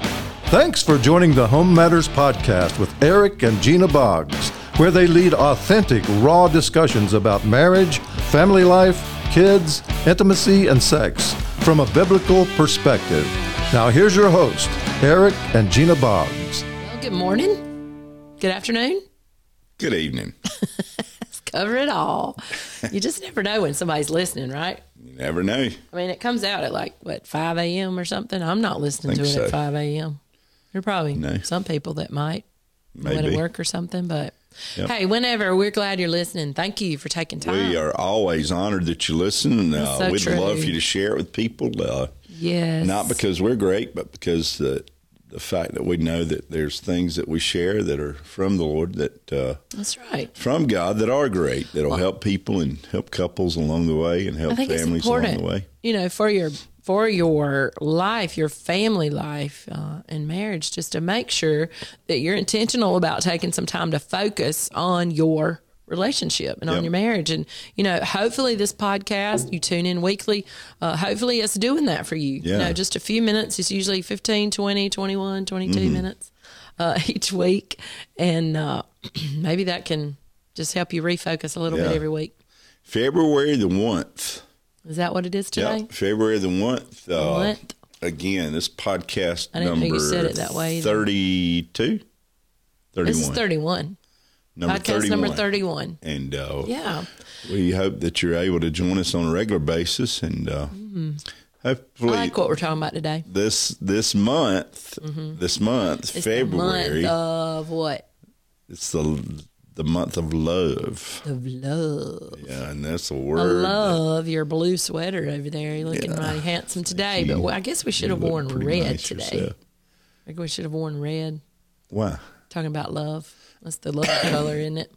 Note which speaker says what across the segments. Speaker 1: Thanks for joining the Home Matters Podcast with Eric and Gina Boggs, where they lead authentic, raw discussions about marriage, family life, kids, intimacy, and sex from a biblical perspective. Now, here's your host, Eric and Gina Boggs.
Speaker 2: Well, good morning. Good afternoon.
Speaker 3: Good evening.
Speaker 2: Let's cover it all. You just never know when somebody's listening, right?
Speaker 3: You never know.
Speaker 2: I mean, it comes out at like what five a.m. or something. I'm not listening to it
Speaker 3: Think
Speaker 2: at
Speaker 3: so.
Speaker 2: five a.m. There are probably
Speaker 3: No.
Speaker 2: some people that might when at
Speaker 3: Maybe.
Speaker 2: work or something, but
Speaker 3: Yep.
Speaker 2: hey, whenever we're glad you're listening. Thank you for taking time.
Speaker 3: We are always honored that you listen. Uh,
Speaker 2: so
Speaker 3: we'd
Speaker 2: true.
Speaker 3: love for you to share it with people. Uh,
Speaker 2: yes,
Speaker 3: Not because we're great, but because the the fact that we know that there's things that we share that are from the Lord, that uh,
Speaker 2: that's right.
Speaker 3: from God, that are great, that'll help people and help couples along the way and
Speaker 2: I
Speaker 3: help
Speaker 2: think it's
Speaker 3: families along
Speaker 2: important,
Speaker 3: the way.
Speaker 2: you know, for your for your life, your family life, uh, and marriage, just to make sure that you're intentional about taking some time to focus on your relationship and on
Speaker 3: Yep.
Speaker 2: your marriage. And you know, hopefully, this podcast you tune in weekly. Uh, hopefully, it's doing that for you. You
Speaker 3: Yeah.
Speaker 2: know, just a few minutes. It's usually 15, 20, 21, 22
Speaker 3: Mm-hmm.
Speaker 2: minutes uh, each week, and uh, maybe that can just help you refocus a little
Speaker 3: Yeah.
Speaker 2: bit every week.
Speaker 3: February the 1th.
Speaker 2: Is that what it is today?
Speaker 3: Yep, February the 1th. Uh,
Speaker 2: What?
Speaker 3: again, this podcast
Speaker 2: I didn't
Speaker 3: number
Speaker 2: know you said it that way either.
Speaker 3: 32? 31.
Speaker 2: This is 31.
Speaker 3: number
Speaker 2: Podcast number 31.
Speaker 3: And uh,
Speaker 2: Yeah.
Speaker 3: we hope that you're able to join us on a regular basis, and uh,
Speaker 2: I
Speaker 3: hopefully
Speaker 2: like what we're talking about today.
Speaker 3: this this month, this month,
Speaker 2: Mm-hmm. It's
Speaker 3: February,
Speaker 2: the month of what?
Speaker 3: it's the the month of love.
Speaker 2: Of love.
Speaker 3: Yeah, and that's a
Speaker 2: I
Speaker 3: word.
Speaker 2: love your blue sweater over there. You're looking mighty handsome today, but well, I guess we should have
Speaker 3: Look
Speaker 2: worn
Speaker 3: pretty
Speaker 2: red
Speaker 3: nice
Speaker 2: today.
Speaker 3: yourself.
Speaker 2: I think we should have worn red.
Speaker 3: Why?
Speaker 2: Talking about love. That's the love color, isn't it?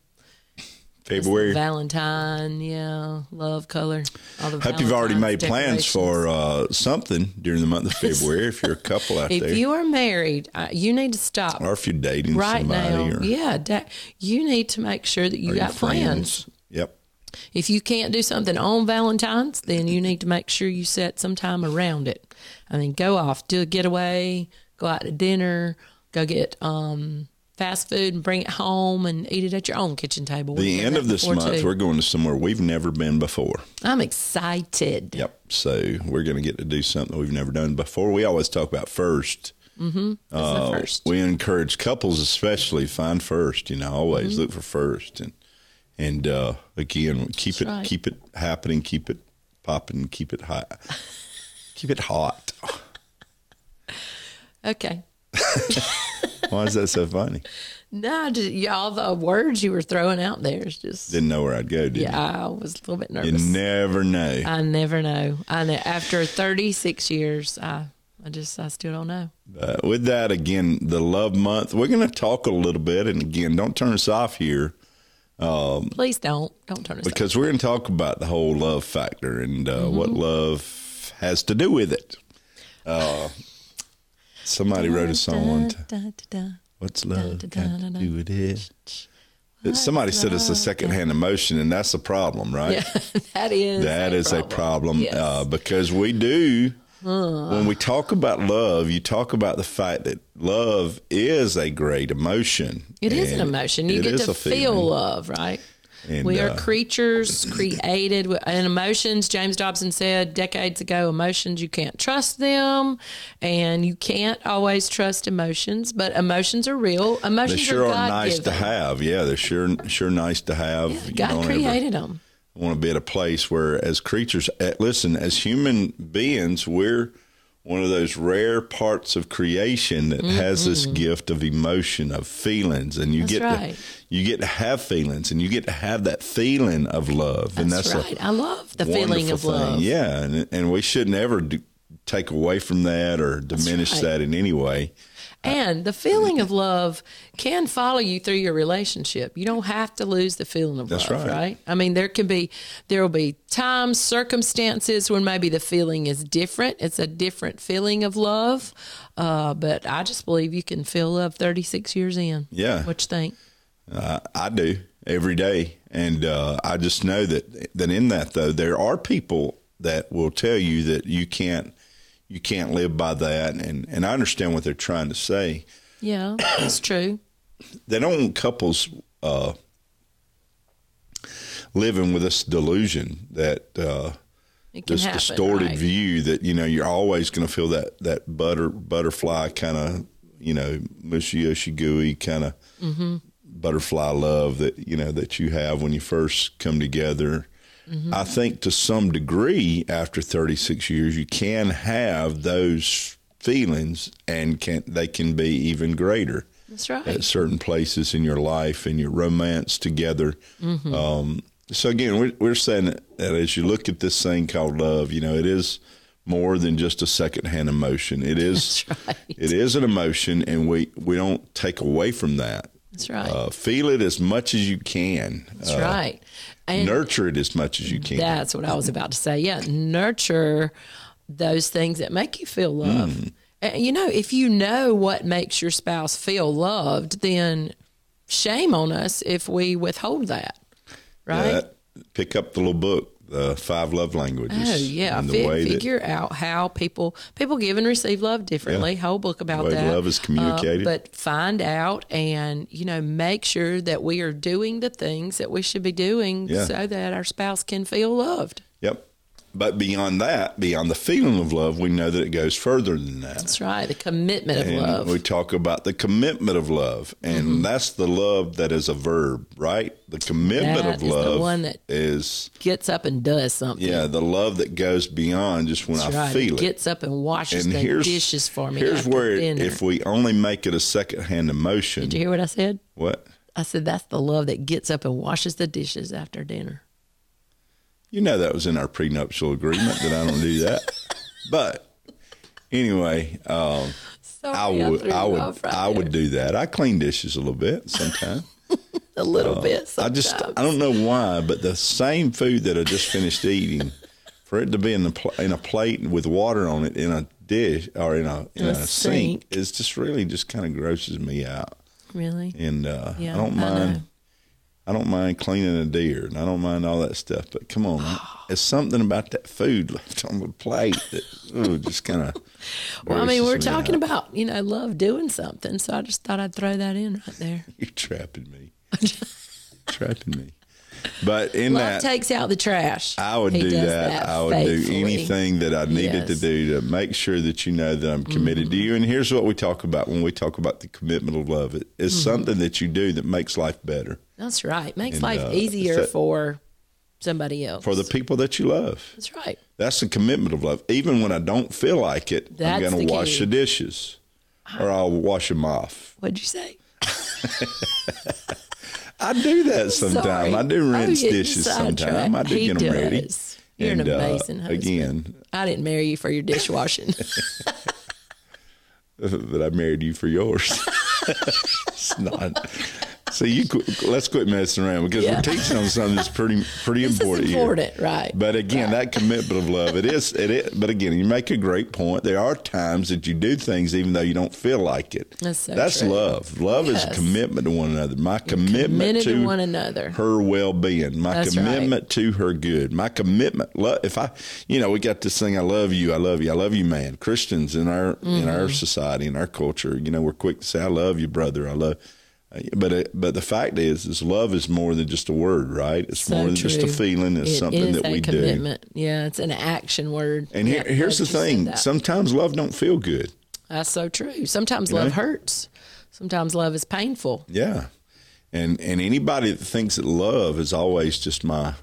Speaker 3: February.
Speaker 2: Valentine, yeah, love color. All the
Speaker 3: Hope you've already made
Speaker 2: Valentine's
Speaker 3: plans
Speaker 2: decorations.
Speaker 3: for uh, something during the month of February. if you're a couple out there,
Speaker 2: If you are married, uh, you need to stop
Speaker 3: or if you're dating
Speaker 2: right
Speaker 3: somebody,
Speaker 2: now.
Speaker 3: or
Speaker 2: yeah, da- you need to make sure that you
Speaker 3: or your
Speaker 2: got plans.
Speaker 3: friends. Yep.
Speaker 2: If you can't do something on Valentine's, then you need to make sure you set some time around it. I mean, go off, do a getaway, go out to dinner, go get um, fast food and bring it home and eat it at your own kitchen table. We've
Speaker 3: The
Speaker 2: done
Speaker 3: end
Speaker 2: that
Speaker 3: of this
Speaker 2: before,
Speaker 3: month,
Speaker 2: too.
Speaker 3: we're going to somewhere we've never been before.
Speaker 2: I'm excited.
Speaker 3: Yep. So we're going to get to do something we've never done before. We always talk about 1st
Speaker 2: That's the first.
Speaker 3: Uh, We encourage couples, especially, find first. You know, always
Speaker 2: Mm-hmm.
Speaker 3: look for first, and and uh, again, keep it
Speaker 2: right.
Speaker 3: keep it happening, keep it popping, keep it hot, keep it hot.
Speaker 2: Okay.
Speaker 3: Why is that so funny?
Speaker 2: No, just, yeah, all the words you were throwing out there is just.
Speaker 3: Didn't know where I'd go. Did
Speaker 2: yeah, I was a little bit
Speaker 3: you?
Speaker 2: nervous.
Speaker 3: You never know.
Speaker 2: I never know. I know. After 36 years, I, I just, I still don't know.
Speaker 3: Uh, with that, again, the love month. We're going to talk a little bit, and again, don't turn us off here.
Speaker 2: Please don't. Don't turn us off.
Speaker 3: because we're going to talk about the whole love factor and uh, what
Speaker 2: Mm-hmm.
Speaker 3: love has to do with it. Uh, somebody wrote a song one time.
Speaker 2: Da, da, da.
Speaker 3: What's love
Speaker 2: da, da,
Speaker 3: got
Speaker 2: da,
Speaker 3: to
Speaker 2: da.
Speaker 3: do with it? That somebody said it's a secondhand emotion, and that's a problem, right?
Speaker 2: that is
Speaker 3: That is a problem
Speaker 2: Yes.
Speaker 3: uh, because we do. When we talk about love, you talk about the fact that love is a great emotion.
Speaker 2: It is an
Speaker 3: and
Speaker 2: emotion. You
Speaker 3: it
Speaker 2: get
Speaker 3: is
Speaker 2: to
Speaker 3: a
Speaker 2: feel
Speaker 3: feeling.
Speaker 2: love, right?
Speaker 3: And,
Speaker 2: we are
Speaker 3: uh,
Speaker 2: creatures created with and emotions. James Dobson said decades ago, emotions you can't trust them, and you can't always trust emotions. But emotions are real.
Speaker 3: They
Speaker 2: Emotions
Speaker 3: sure
Speaker 2: are
Speaker 3: are
Speaker 2: God
Speaker 3: nice to
Speaker 2: given.
Speaker 3: have. Yeah, they're sure sure nice to have. you
Speaker 2: God
Speaker 3: don't ever
Speaker 2: created them.
Speaker 3: want to be at a place where, as creatures, eh, listen, as human beings, we're one of those rare parts of creation that has this gift of emotion, of feelings, and you
Speaker 2: That's
Speaker 3: get
Speaker 2: right.
Speaker 3: to, you get to have feelings, and you get to have that feeling of love, and
Speaker 2: That's,
Speaker 3: that's a
Speaker 2: right. I love the feeling
Speaker 3: wonderful
Speaker 2: of love.
Speaker 3: Thing. Yeah, and and we shouldn't ever do, take away from that or diminish
Speaker 2: right.
Speaker 3: that in any way.
Speaker 2: And the feeling of love can follow you through your relationship. You don't have to lose the feeling of
Speaker 3: That's
Speaker 2: love, right.
Speaker 3: right.
Speaker 2: I mean, there can be there will be times, circumstances when maybe the feeling is different. It's a different feeling of love. Uh, but I just believe you can feel love 36 years in.
Speaker 3: Yeah.
Speaker 2: What you think?
Speaker 3: Uh, I do every day, and uh, I just know that that in that though there are people that will tell you that you can't you can't live by that. And, and I understand what they're trying to say.
Speaker 2: Yeah, that's true.
Speaker 3: They don't want couples uh, living with this delusion that uh,
Speaker 2: It can
Speaker 3: this
Speaker 2: happen,
Speaker 3: distorted
Speaker 2: right?
Speaker 3: view that you know you're always going to feel that that butter butterfly kind of you know mushy ushy gooey kind of
Speaker 2: Mm-hmm.
Speaker 3: butterfly love that you know that you have when you first come together.
Speaker 2: Mm-hmm.
Speaker 3: I think to some degree, after 36 years, you can have those feelings, and can they can be even greater
Speaker 2: That's right.
Speaker 3: at certain places in your life and your romance together.
Speaker 2: Mm-hmm.
Speaker 3: Um, so again, we're, we're saying that as you look at this thing called love, you know, it is more than just a secondhand emotion. It is,
Speaker 2: That's right.
Speaker 3: it is an emotion, and we we don't take away from that.
Speaker 2: That's right.
Speaker 3: Uh, feel it as much as you can.
Speaker 2: that's
Speaker 3: Uh,
Speaker 2: right. And
Speaker 3: Nurture it as much as you can.
Speaker 2: That's what I was about to say. Yeah, nurture those things that make you feel
Speaker 3: Mm.
Speaker 2: loved. And, you know, if you know what makes your spouse feel loved, then shame on us if we withhold that. Right?
Speaker 3: That- pick up the little book, the five love languages.
Speaker 2: Oh yeah,
Speaker 3: and the
Speaker 2: Fi-
Speaker 3: way that-
Speaker 2: figure out how people people give and receive love differently. Whole book about
Speaker 3: way
Speaker 2: that.
Speaker 3: love is
Speaker 2: Uh,
Speaker 3: communicated.
Speaker 2: but find out and you know make sure that we are doing the things that we should be doing
Speaker 3: Yeah.
Speaker 2: so that our spouse can feel loved.
Speaker 3: Yep. But beyond that, beyond the feeling of love, we know that it goes further than that.
Speaker 2: That's right. The commitment of
Speaker 3: And
Speaker 2: love. Mm-hmm.
Speaker 3: we talk about the commitment of love, and that's the love that is a verb, right? The commitment
Speaker 2: That is
Speaker 3: of
Speaker 2: the
Speaker 3: love
Speaker 2: one that-
Speaker 3: is,
Speaker 2: gets up and does something.
Speaker 3: yeah, the love that goes beyond just when
Speaker 2: That's
Speaker 3: I
Speaker 2: right.
Speaker 3: feel it.
Speaker 2: gets up and washes
Speaker 3: and
Speaker 2: the
Speaker 3: here's
Speaker 2: dishes for me.
Speaker 3: Here's
Speaker 2: after
Speaker 3: where, it-
Speaker 2: dinner.
Speaker 3: if we only make it a secondhand emotion,
Speaker 2: Did you hear what I said?
Speaker 3: what?
Speaker 2: I said that's the love that gets up and washes the dishes after dinner.
Speaker 3: You know that was in our prenuptial agreement that I don't do that. But anyway, um,
Speaker 2: Sorry,
Speaker 3: I
Speaker 2: threw
Speaker 3: would, I
Speaker 2: you
Speaker 3: would,
Speaker 2: off right
Speaker 3: I
Speaker 2: there.
Speaker 3: would do that. I clean dishes a little bit sometimes.
Speaker 2: a little bit.
Speaker 3: I just,
Speaker 2: sometimes.
Speaker 3: I don't know why, but the same food that I just finished eating, for it to be in the pl- in a plate with water on it in a dish or in a
Speaker 2: In
Speaker 3: in, a,
Speaker 2: a
Speaker 3: sink, is just really just kind of grosses me out.
Speaker 2: really.
Speaker 3: And uh,
Speaker 2: Yeah,
Speaker 3: I don't
Speaker 2: I know.
Speaker 3: mind. I don't mind cleaning a deer, and I don't mind all that stuff. But come on, man. it's something about that food left on the plate that ooh, just kind of.
Speaker 2: Well, I mean, we're talking about you know love doing something, so I just thought I'd throw that in right there.
Speaker 3: You're trapping me. trapping me. But in
Speaker 2: Love
Speaker 3: that,
Speaker 2: takes out the trash.
Speaker 3: I would
Speaker 2: He
Speaker 3: do
Speaker 2: does
Speaker 3: that. I would
Speaker 2: faithfully.
Speaker 3: do anything that I needed to
Speaker 2: Yes.
Speaker 3: do to make sure that you know that I'm committed to you. And here's what we talk about when we talk about the commitment of love. It-
Speaker 2: Mm-hmm.
Speaker 3: It's something that you do that makes life better
Speaker 2: That's right. Makes
Speaker 3: And,
Speaker 2: life
Speaker 3: uh,
Speaker 2: easier
Speaker 3: so-
Speaker 2: for somebody else.
Speaker 3: for the people that you love.
Speaker 2: That's right.
Speaker 3: That's the commitment of love. Even when I don't feel like it,
Speaker 2: That's
Speaker 3: I'm going
Speaker 2: the
Speaker 3: to wash
Speaker 2: key.
Speaker 3: the dishes or I'll wash them off.
Speaker 2: What'd you say?
Speaker 3: I do that sometimes.
Speaker 2: Sorry. Oh,
Speaker 3: I do
Speaker 2: I'm
Speaker 3: rinse
Speaker 2: getting
Speaker 3: dishes sometimes.
Speaker 2: sidetracked.
Speaker 3: I do
Speaker 2: he
Speaker 3: get them ready.
Speaker 2: does. You're
Speaker 3: And,
Speaker 2: an
Speaker 3: uh,
Speaker 2: amazing husband.
Speaker 3: Again,
Speaker 2: I didn't marry you for your dishwashing.
Speaker 3: that I married you for yours. it's not. So you qu- let's quit messing around because
Speaker 2: Yeah.
Speaker 3: we're teaching on something that's pretty pretty
Speaker 2: this
Speaker 3: important.
Speaker 2: is
Speaker 3: here.
Speaker 2: important, right?
Speaker 3: But again, that commitment of love, it is, it is. But again, you make a great point. There are times that you do things even though you don't feel like it.
Speaker 2: That's so true.
Speaker 3: love. Love is a
Speaker 2: Yes.
Speaker 3: commitment to one another. My commitment
Speaker 2: Committed
Speaker 3: to,
Speaker 2: to one another.
Speaker 3: her well being, my
Speaker 2: That's
Speaker 3: commitment to her good, my commitment. Lo- if I, you know, we got this thing. I love you. I love you. I love you, man. Christians in our in
Speaker 2: Mm-hmm.
Speaker 3: our society in our culture, you know, we're quick to say, "I love you, brother." I love. uh, But it, but the fact is, is love is more than just a word, right? It's
Speaker 2: So
Speaker 3: more than just a
Speaker 2: true.
Speaker 3: feeling. It's
Speaker 2: It
Speaker 3: something
Speaker 2: is
Speaker 3: that
Speaker 2: a
Speaker 3: we do.
Speaker 2: commitment. Yeah, it's an action word.
Speaker 3: And here,
Speaker 2: Yeah,
Speaker 3: here's the
Speaker 2: glad you said
Speaker 3: thing:
Speaker 2: that.
Speaker 3: sometimes love don't feel good.
Speaker 2: That's so true. Sometimes love hurts. Sometimes love is painful.
Speaker 3: Yeah. And and anybody that thinks that love is always just my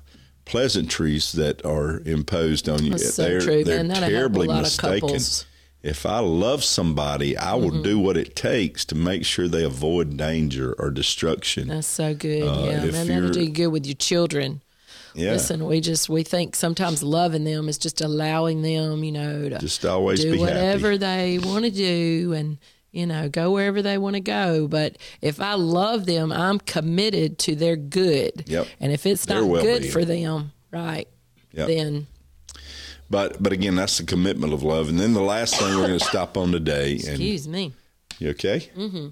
Speaker 3: pleasantries that are imposed on you.
Speaker 2: That's so
Speaker 3: they're
Speaker 2: true,
Speaker 3: they're
Speaker 2: man. That'll help a
Speaker 3: terribly
Speaker 2: lot of
Speaker 3: mistaken.
Speaker 2: couples. Mm-hmm.
Speaker 3: If I love somebody, I will do what it takes to make sure they avoid danger or destruction.
Speaker 2: That's so good. yeah,
Speaker 3: Uh, if
Speaker 2: man, that'll
Speaker 3: you're-
Speaker 2: do good with your children.
Speaker 3: yeah.
Speaker 2: Listen, we just we think sometimes loving them is just allowing them, you know, to
Speaker 3: just always
Speaker 2: do
Speaker 3: be
Speaker 2: whatever
Speaker 3: happy.
Speaker 2: they want to do and you know go wherever they want to go but if i love them i'm committed to their good
Speaker 3: Yep.
Speaker 2: and if it's
Speaker 3: Their
Speaker 2: not
Speaker 3: well-being.
Speaker 2: good for them right
Speaker 3: Yep.
Speaker 2: then
Speaker 3: But but again, that's the commitment of love. And then the last thing we're going to stop on today and
Speaker 2: excuse me
Speaker 3: You okay? Mm-hmm.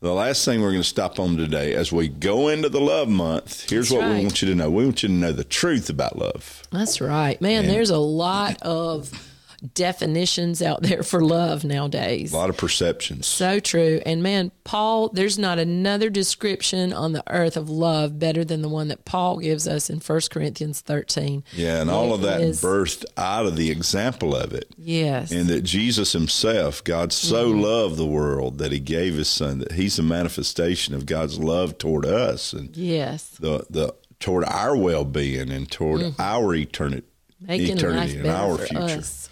Speaker 3: The last thing we're going to stop on today as we go into the love month, here's
Speaker 2: That's
Speaker 3: what we
Speaker 2: right.
Speaker 3: want you to know. We want you to know the truth about love.
Speaker 2: that's right man there's a lot of definitions out there for love nowadays.
Speaker 3: A lot of perceptions.
Speaker 2: So true. And man, Paul, there's not another description on the earth of love better than the one that Paul gives us in 1 Corinthians 13.
Speaker 3: Yeah, and all of
Speaker 2: It
Speaker 3: that
Speaker 2: is-
Speaker 3: birthed out of the example of it.
Speaker 2: Yes.
Speaker 3: And that Jesus himself, God so
Speaker 2: Mm-hmm.
Speaker 3: loved the world that he gave his son, that he's a manifestation of God's love toward us and
Speaker 2: yes.
Speaker 3: the the toward our well being and toward our eterni-
Speaker 2: Mm-hmm. Making
Speaker 3: eternity
Speaker 2: life
Speaker 3: and
Speaker 2: better
Speaker 3: our
Speaker 2: for
Speaker 3: future.
Speaker 2: us.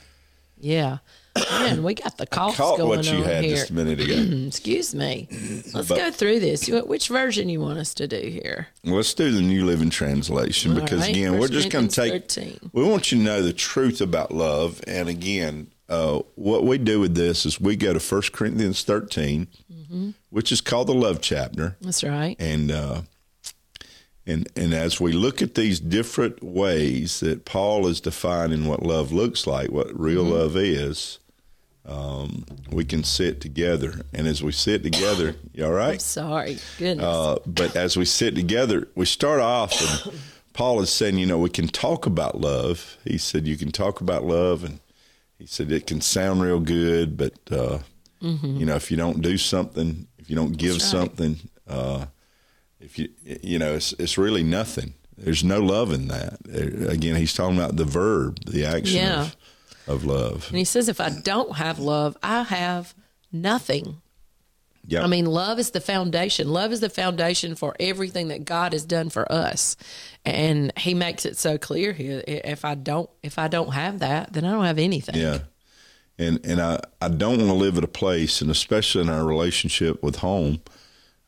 Speaker 2: Yeah. Man, we got the coughs
Speaker 3: Caught
Speaker 2: going
Speaker 3: what you
Speaker 2: on
Speaker 3: had
Speaker 2: here.
Speaker 3: just a minute ago.
Speaker 2: Excuse me. Let's
Speaker 3: But-
Speaker 2: go through this. You- Which version you want us to do here?
Speaker 3: Let's do the New Living Translation
Speaker 2: All
Speaker 3: because
Speaker 2: right,
Speaker 3: again, we're
Speaker 2: First
Speaker 3: just going to take.
Speaker 2: Corinthians 13.
Speaker 3: We want you to know the truth about love, and again, uh, what we do with this is we go to First Corinthians 13
Speaker 2: Mm-hmm.
Speaker 3: which is called the love chapter,
Speaker 2: That's right.
Speaker 3: and uh, and and as we look at these different ways that Paul is defining what love looks like, what real
Speaker 2: Mm-hmm.
Speaker 3: love is. Um, we can sit together, and as we sit together, you all right?
Speaker 2: I'm sorry. Goodness.
Speaker 3: Uh, but as we sit together, we start off, and Paul is saying, you know, we can talk about love. He said, you can talk about love, and he said it can sound real good, but uh,
Speaker 2: Mm-hmm.
Speaker 3: you know, if you don't do something, if you don't give something, uh, if you, you know, it's it's really nothing. There's no love in that. There- Again, he's talking about the verb, the action
Speaker 2: Yeah.
Speaker 3: of, of love.
Speaker 2: and he says, if I don't have love, I have nothing.
Speaker 3: Yeah,
Speaker 2: I mean, love is the foundation. Love is the foundation for everything that God has done for us, and He makes it so clear here. i- If I don't, if I don't have that, then I don't have anything.
Speaker 3: Yeah. And and I, I don't want to live at a place, and especially in our relationship with home,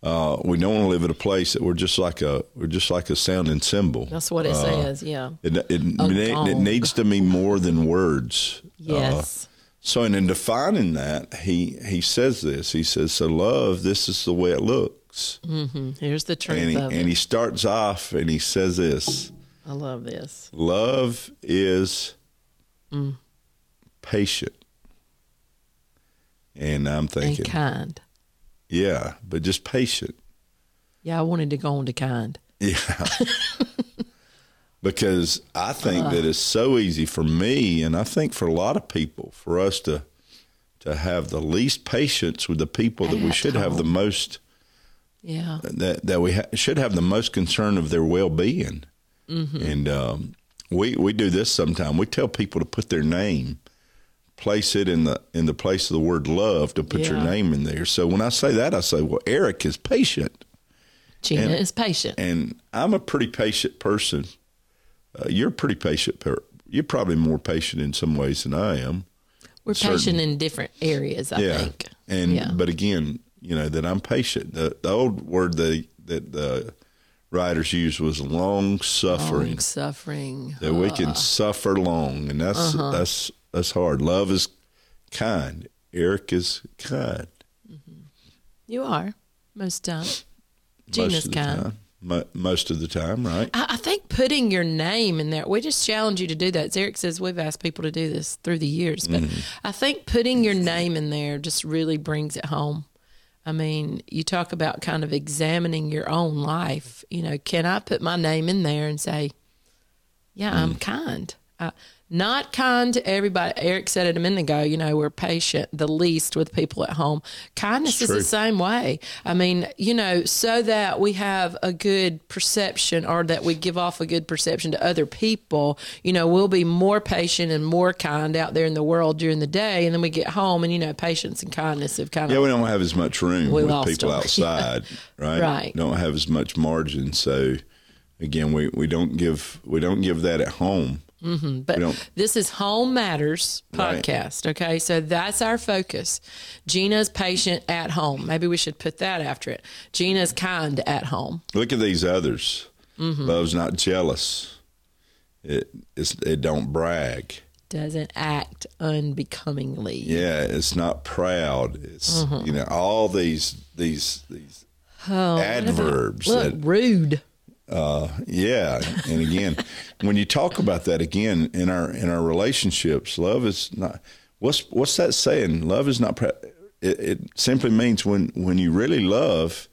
Speaker 3: uh, we don't want to live at a place that we're just like a we're just like a sounding cymbol.
Speaker 2: That's what
Speaker 3: Uh,
Speaker 2: it says. Yeah.
Speaker 3: It it, it,
Speaker 2: gong.
Speaker 3: needs to be more than words.
Speaker 2: Yes.
Speaker 3: So and in defining that, he he says this. He says, "So love, this is the way it looks."
Speaker 2: Mm, Here's the truth
Speaker 3: And he,
Speaker 2: of
Speaker 3: and
Speaker 2: it.
Speaker 3: he starts off and he says this.
Speaker 2: I love this.
Speaker 3: Love is Mm. patient. And I'm
Speaker 2: And
Speaker 3: thinking,
Speaker 2: kind.
Speaker 3: yeah, but just patient.
Speaker 2: Yeah, I wanted to go on to kind.
Speaker 3: Yeah. because I think that it's so easy for me and I think for a lot of people for us to to have the least patience with the people that we
Speaker 2: At
Speaker 3: should have the most
Speaker 2: Yeah.
Speaker 3: that that we ha- should have the most concern of their well being, and um, we we do this sometimes. We tell people to put their name, place it in the in the place of the word love to put your
Speaker 2: Yeah.
Speaker 3: name in there. So when I say that, I say, well, Eric is patient,
Speaker 2: Gina is patient.
Speaker 3: and I'm a pretty patient person. Uh, you're a pretty patient. Per- you're probably more patient in some ways than I am.
Speaker 2: We're
Speaker 3: certain-
Speaker 2: patient in different areas, I think.
Speaker 3: And
Speaker 2: Yeah.
Speaker 3: but again, you know that I'm patient. The, the old word they, that the writers used was long suffering.
Speaker 2: Long suffering. Uh-huh.
Speaker 3: That we can suffer long, and that's that's that's hard. Love is kind. Eric is kind.
Speaker 2: You are most time.
Speaker 3: most
Speaker 2: Gina's
Speaker 3: of the
Speaker 2: kind. Uh-huh.
Speaker 3: Time. Mo- most of the time, right?
Speaker 2: I, I think putting your name in there, we just challenge you to do that. As Eric says, we've asked people to do this through the years, but I think putting your name in there just really brings it home. I mean, you talk about kind of examining your own life. You know, can I put my name in there and say, yeah, I'm kind. Uh, not kind to everybody. Eric said it a minute ago. You know, we're patient the least with people at home. Kindness is the
Speaker 3: true.
Speaker 2: same way. I mean, you know, so that we have a good perception or that we give off a good perception to other people, you know, we'll be more patient and more kind out there in the world during the day. And then we get home and, you know, patience and kindness have kind
Speaker 3: Yeah,
Speaker 2: of.
Speaker 3: we don't have as much room
Speaker 2: We
Speaker 3: with
Speaker 2: lost
Speaker 3: people
Speaker 2: them.
Speaker 3: outside, right?
Speaker 2: Right.
Speaker 3: Don't have as much margin. So again, we, we don't give we don't give that at home.
Speaker 2: but
Speaker 3: we don't-
Speaker 2: this is Home Matters
Speaker 3: Right.
Speaker 2: podcast. Okay. So that's our focus. Gina's patient at home. Maybe we should put that after it. Gina's kind at home.
Speaker 3: Look at these others.
Speaker 2: Mm-hmm.
Speaker 3: Love's not jealous. It it's, it don't brag.
Speaker 2: Doesn't act unbecomingly.
Speaker 3: Yeah, it's not proud. It's you know all these these these
Speaker 2: Mm-hmm. Oh, what about-
Speaker 3: adverbs
Speaker 2: Look,
Speaker 3: that
Speaker 2: rude.
Speaker 3: yeah. And again, when you talk about that again in our in our relationships, love is not what's what's that saying? Love is not proud. It, it simply means when when you really love,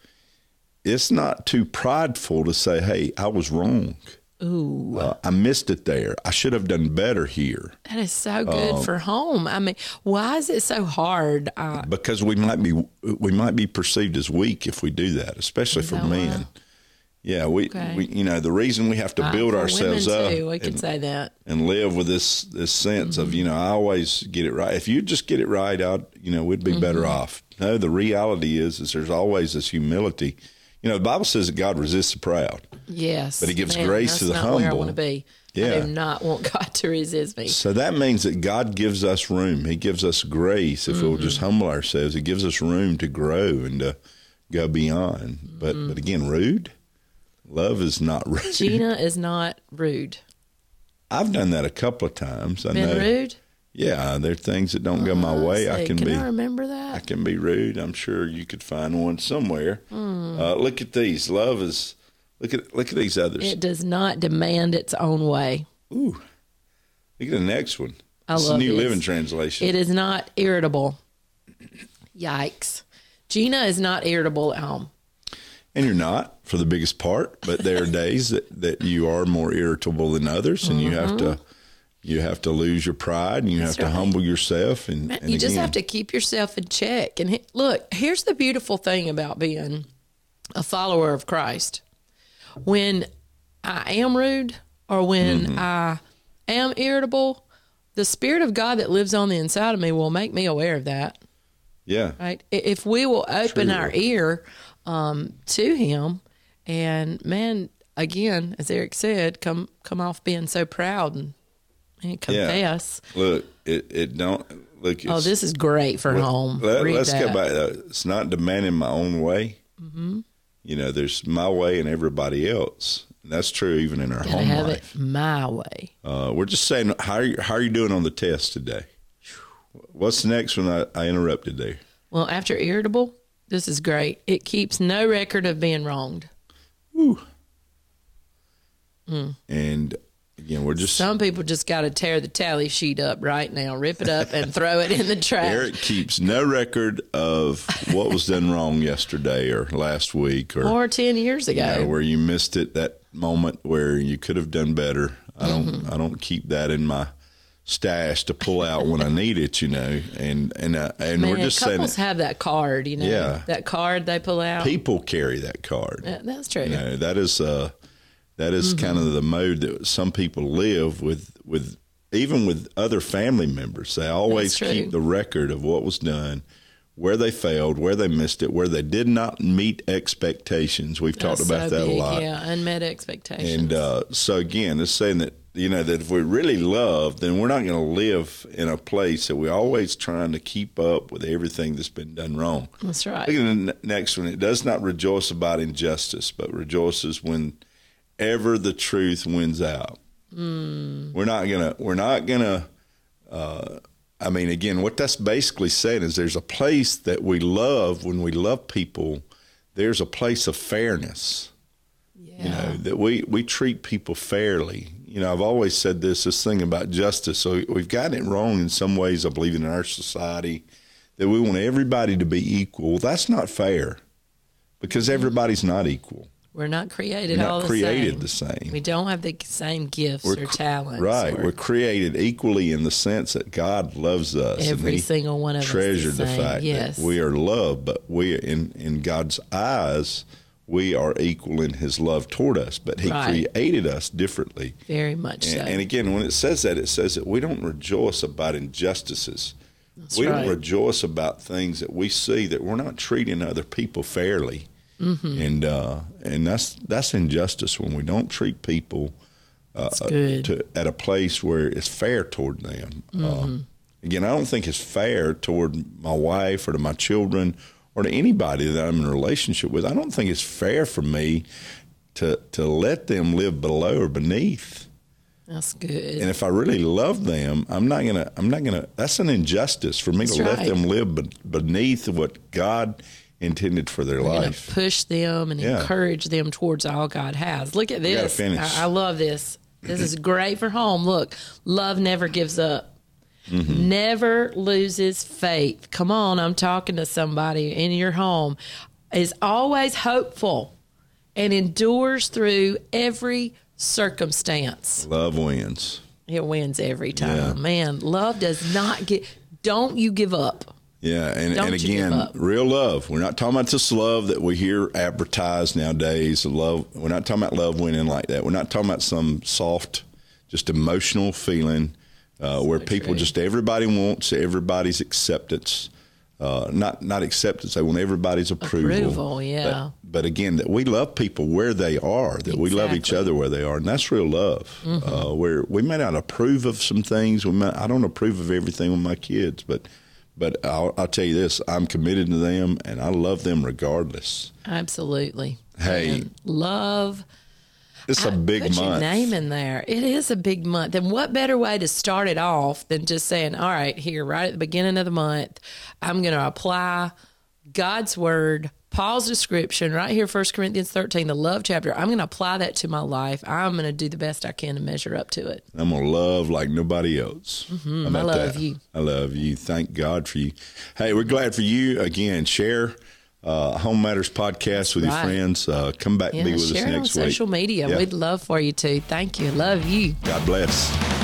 Speaker 3: it's not too prideful to say, "Hey, I was wrong."
Speaker 2: Ooh,
Speaker 3: Uh, I missed it there. I should have done better here
Speaker 2: that is so good
Speaker 3: Um,
Speaker 2: for home. I mean, why is it so hard? Uh,
Speaker 3: because we might be we might be perceived as weak if we do that, especially for
Speaker 2: No, uh,
Speaker 3: men. Yeah, we,
Speaker 2: Okay. Uh,
Speaker 3: we you know the reason we have to build
Speaker 2: for
Speaker 3: ourselves
Speaker 2: women
Speaker 3: up
Speaker 2: Too, we could
Speaker 3: and-
Speaker 2: say that.
Speaker 3: and live with this this sense
Speaker 2: Mm-hmm.
Speaker 3: of you know I always get it right. If you just get it right, I'd you know we'd be
Speaker 2: Mm-hmm.
Speaker 3: better off. No, the reality is is there's always this humility. You know, the Bible says that God resists the proud.
Speaker 2: Yes,
Speaker 3: But he gives
Speaker 2: man,
Speaker 3: grace
Speaker 2: that's
Speaker 3: to the
Speaker 2: not Where I
Speaker 3: humble.
Speaker 2: want to be. I
Speaker 3: Yeah.
Speaker 2: do not want God to resist me.
Speaker 3: So that means that God gives us room. He gives us grace if we'll
Speaker 2: Mm-hmm.
Speaker 3: just humble ourselves. He gives us room to grow and to go beyond. But but
Speaker 2: Mm-hmm.
Speaker 3: again, rude. Love is not rude.
Speaker 2: Gina is not rude.
Speaker 3: I've done that a couple of times. I
Speaker 2: Been
Speaker 3: know.
Speaker 2: rude?
Speaker 3: Yeah, there are things that don't go my
Speaker 2: Let's
Speaker 3: way. I
Speaker 2: see,
Speaker 3: can, be.
Speaker 2: I remember
Speaker 3: I
Speaker 2: that?
Speaker 3: can be rude. I'm sure you could find one somewhere. Uh, look at these. Love is. Look at look at these others.
Speaker 2: It does not demand its own way.
Speaker 3: Ooh, look at the next one.
Speaker 2: I
Speaker 3: It's a
Speaker 2: love
Speaker 3: New
Speaker 2: this.
Speaker 3: Living Translation.
Speaker 2: It is not irritable. Yikes. Gina is not irritable at home.
Speaker 3: and you're not for the biggest part, but there are days that that you are more irritable than others, and you have to
Speaker 2: Mm-hmm.
Speaker 3: you have to lose your pride, and you have to humble yourself, and,
Speaker 2: Man,
Speaker 3: and
Speaker 2: you just
Speaker 3: again,
Speaker 2: have to keep yourself in check. And he, look, here's the beautiful thing about being a follower of Christ. When I am rude or when
Speaker 3: Mm-hmm.
Speaker 2: I am irritable, the Spirit of God that lives on the inside of me will make me aware of that.
Speaker 3: yeah.
Speaker 2: right? I- If we will open our ear um, to Him, and man, again, as Eric said, come come off being so proud and, and confess.
Speaker 3: Look, it it don't look.
Speaker 2: Oh,
Speaker 3: it's-
Speaker 2: this is great for home.
Speaker 3: Let,
Speaker 2: Read
Speaker 3: us
Speaker 2: that. Mm-hmm.
Speaker 3: go back. Uh, it's not demanding my own way. You know, there's my way and everybody else. And that's true even in our
Speaker 2: Gotta
Speaker 3: home
Speaker 2: have
Speaker 3: life.
Speaker 2: it my way.
Speaker 3: Uh, we're just saying, how are, you, how are you doing on the test today? What's next when I, I interrupted there?
Speaker 2: Well, after irritable, this is great. It keeps no record of being wronged.
Speaker 3: And again, we're just
Speaker 2: Some people just got to tear the tally sheet up right now, rip it up, and throw it in the trash.
Speaker 3: Eric keeps no record of what was done wrong yesterday or last week or
Speaker 2: or ten years ago.
Speaker 3: you know, where you missed it that moment where you could have done better i don't
Speaker 2: Mm-hmm.
Speaker 3: i don't keep that in my stash to pull out when i need it you know and and uh, and
Speaker 2: Man,
Speaker 3: we're just saying
Speaker 2: couples have that card, you know,
Speaker 3: Yeah.
Speaker 2: that card they pull out.
Speaker 3: people carry that card
Speaker 2: That- that's true.
Speaker 3: you know that is uh that is
Speaker 2: Mm-hmm.
Speaker 3: kind of the mode that some people live with with even with other family members they always
Speaker 2: That's true.
Speaker 3: keep the record of what was done where they failed where they missed it where they did not meet expectations we've
Speaker 2: That's
Speaker 3: talked about
Speaker 2: so
Speaker 3: that
Speaker 2: big,
Speaker 3: a lot
Speaker 2: Yeah, unmet expectations.
Speaker 3: And uh, so again, it's saying that you know that if we really love, then we're not going to live in a place that we're always trying to keep up with everything that's been done wrong.
Speaker 2: that's right.
Speaker 3: Look at the n- next one. It does not rejoice about injustice, but rejoices when ever the truth wins out. We're not gonna. We're not gonna. Uh, I mean, again, what that's basically saying is there's a place that we love when we love people. There's a place of fairness
Speaker 2: Yeah.
Speaker 3: you know that we we treat people fairly you know i've always said this this thing about justice so we've gotten it wrong in some ways i believe in our society that we want everybody to be equal that's not fair because everybody's not equal
Speaker 2: we're not created
Speaker 3: We're
Speaker 2: all
Speaker 3: not
Speaker 2: the
Speaker 3: created
Speaker 2: same.
Speaker 3: the same
Speaker 2: We don't have the same gifts or
Speaker 3: cr-
Speaker 2: talents.
Speaker 3: right
Speaker 2: or
Speaker 3: we're created equally in the sense that god loves us and
Speaker 2: every
Speaker 3: He
Speaker 2: single one of
Speaker 3: treasured
Speaker 2: us.
Speaker 3: the
Speaker 2: is same.
Speaker 3: fact
Speaker 2: yes.
Speaker 3: that we are loved but we in in god's eyes we are equal in his love toward us but he
Speaker 2: Right.
Speaker 3: created us differently
Speaker 2: very much so.
Speaker 3: And, and again, when it says that, it says that we don't rejoice about injustices. we
Speaker 2: right.
Speaker 3: don't rejoice about things that we see that we're not treating other people fairly,
Speaker 2: Mm-hmm.
Speaker 3: and uh, and that's that's injustice when we don't treat people
Speaker 2: it's good.
Speaker 3: uh, to, at a place where it's fair toward them.
Speaker 2: Mm-hmm.
Speaker 3: Uh, again, I don't think it's fair toward my wife or to my children or to anybody that I'm in a relationship with. I don't think it's fair for me to to let them live below or beneath
Speaker 2: that's good.
Speaker 3: and if I really love them, I'm not gonna. I'm not gonna. That's an injustice for me to let
Speaker 2: right.
Speaker 3: them live be- beneath what God intended for their
Speaker 2: We're gonna
Speaker 3: life.
Speaker 2: push them and
Speaker 3: Yeah.
Speaker 2: encourage them towards all God has. Look at
Speaker 3: gotta
Speaker 2: this.
Speaker 3: finish.
Speaker 2: I, I love this. This is great for home. Look, love never gives up.
Speaker 3: Mm-hmm.
Speaker 2: Never loses faith. Come on, I'm talking to somebody in your home. Is always hopeful and endures through every circumstance,
Speaker 3: Love wins.
Speaker 2: it wins every time.
Speaker 3: Yeah.
Speaker 2: Man, love does not get. Don't you give up.
Speaker 3: Yeah, and,
Speaker 2: Don't
Speaker 3: and
Speaker 2: you give
Speaker 3: again,
Speaker 2: up.
Speaker 3: real love. We're not talking about this love that we hear advertised nowadays. the Love. We're not talking about love winning like that. We're not talking about some soft, just emotional feeling uh, where people
Speaker 2: true.
Speaker 3: just everybody wants everybody's acceptance. Uh, not not acceptance. They want everybody's approval.
Speaker 2: Approval, yeah.
Speaker 3: But, but again, that we love people where they are. That we love each
Speaker 2: Exactly. Mm-hmm.
Speaker 3: other where they are, and that's real love. Uh, where we may not approve of some things. We may, I don't approve of everything with my kids, but but I'll, I'll tell you this: I'm committed to them, and I love them regardless.
Speaker 2: Absolutely.
Speaker 3: Hey.
Speaker 2: Man, love.
Speaker 3: It's a
Speaker 2: I-
Speaker 3: big
Speaker 2: put Your
Speaker 3: month.
Speaker 2: name in there. It is a big month. And what better way to start it off than just saying, "All right, here, right at the beginning of the month, I'm going to apply God's word." Paul's description right here, 1 Corinthians 13, the love chapter. I'm going to apply that to my life. I'm going to do the best I can to measure up to it.
Speaker 3: I'm gonna love like nobody else. How about
Speaker 2: Mm-hmm. I love you.
Speaker 3: I love you. Thank God for you. Hey, we're glad for you again. Share uh, Home Matters podcast with your
Speaker 2: right.
Speaker 3: friends. Uh, come back and
Speaker 2: Yeah,
Speaker 3: be with
Speaker 2: share
Speaker 3: us
Speaker 2: it on
Speaker 3: next week.
Speaker 2: social media.
Speaker 3: Yeah.
Speaker 2: We'd love for you to. Thank you. Love you.
Speaker 3: God bless.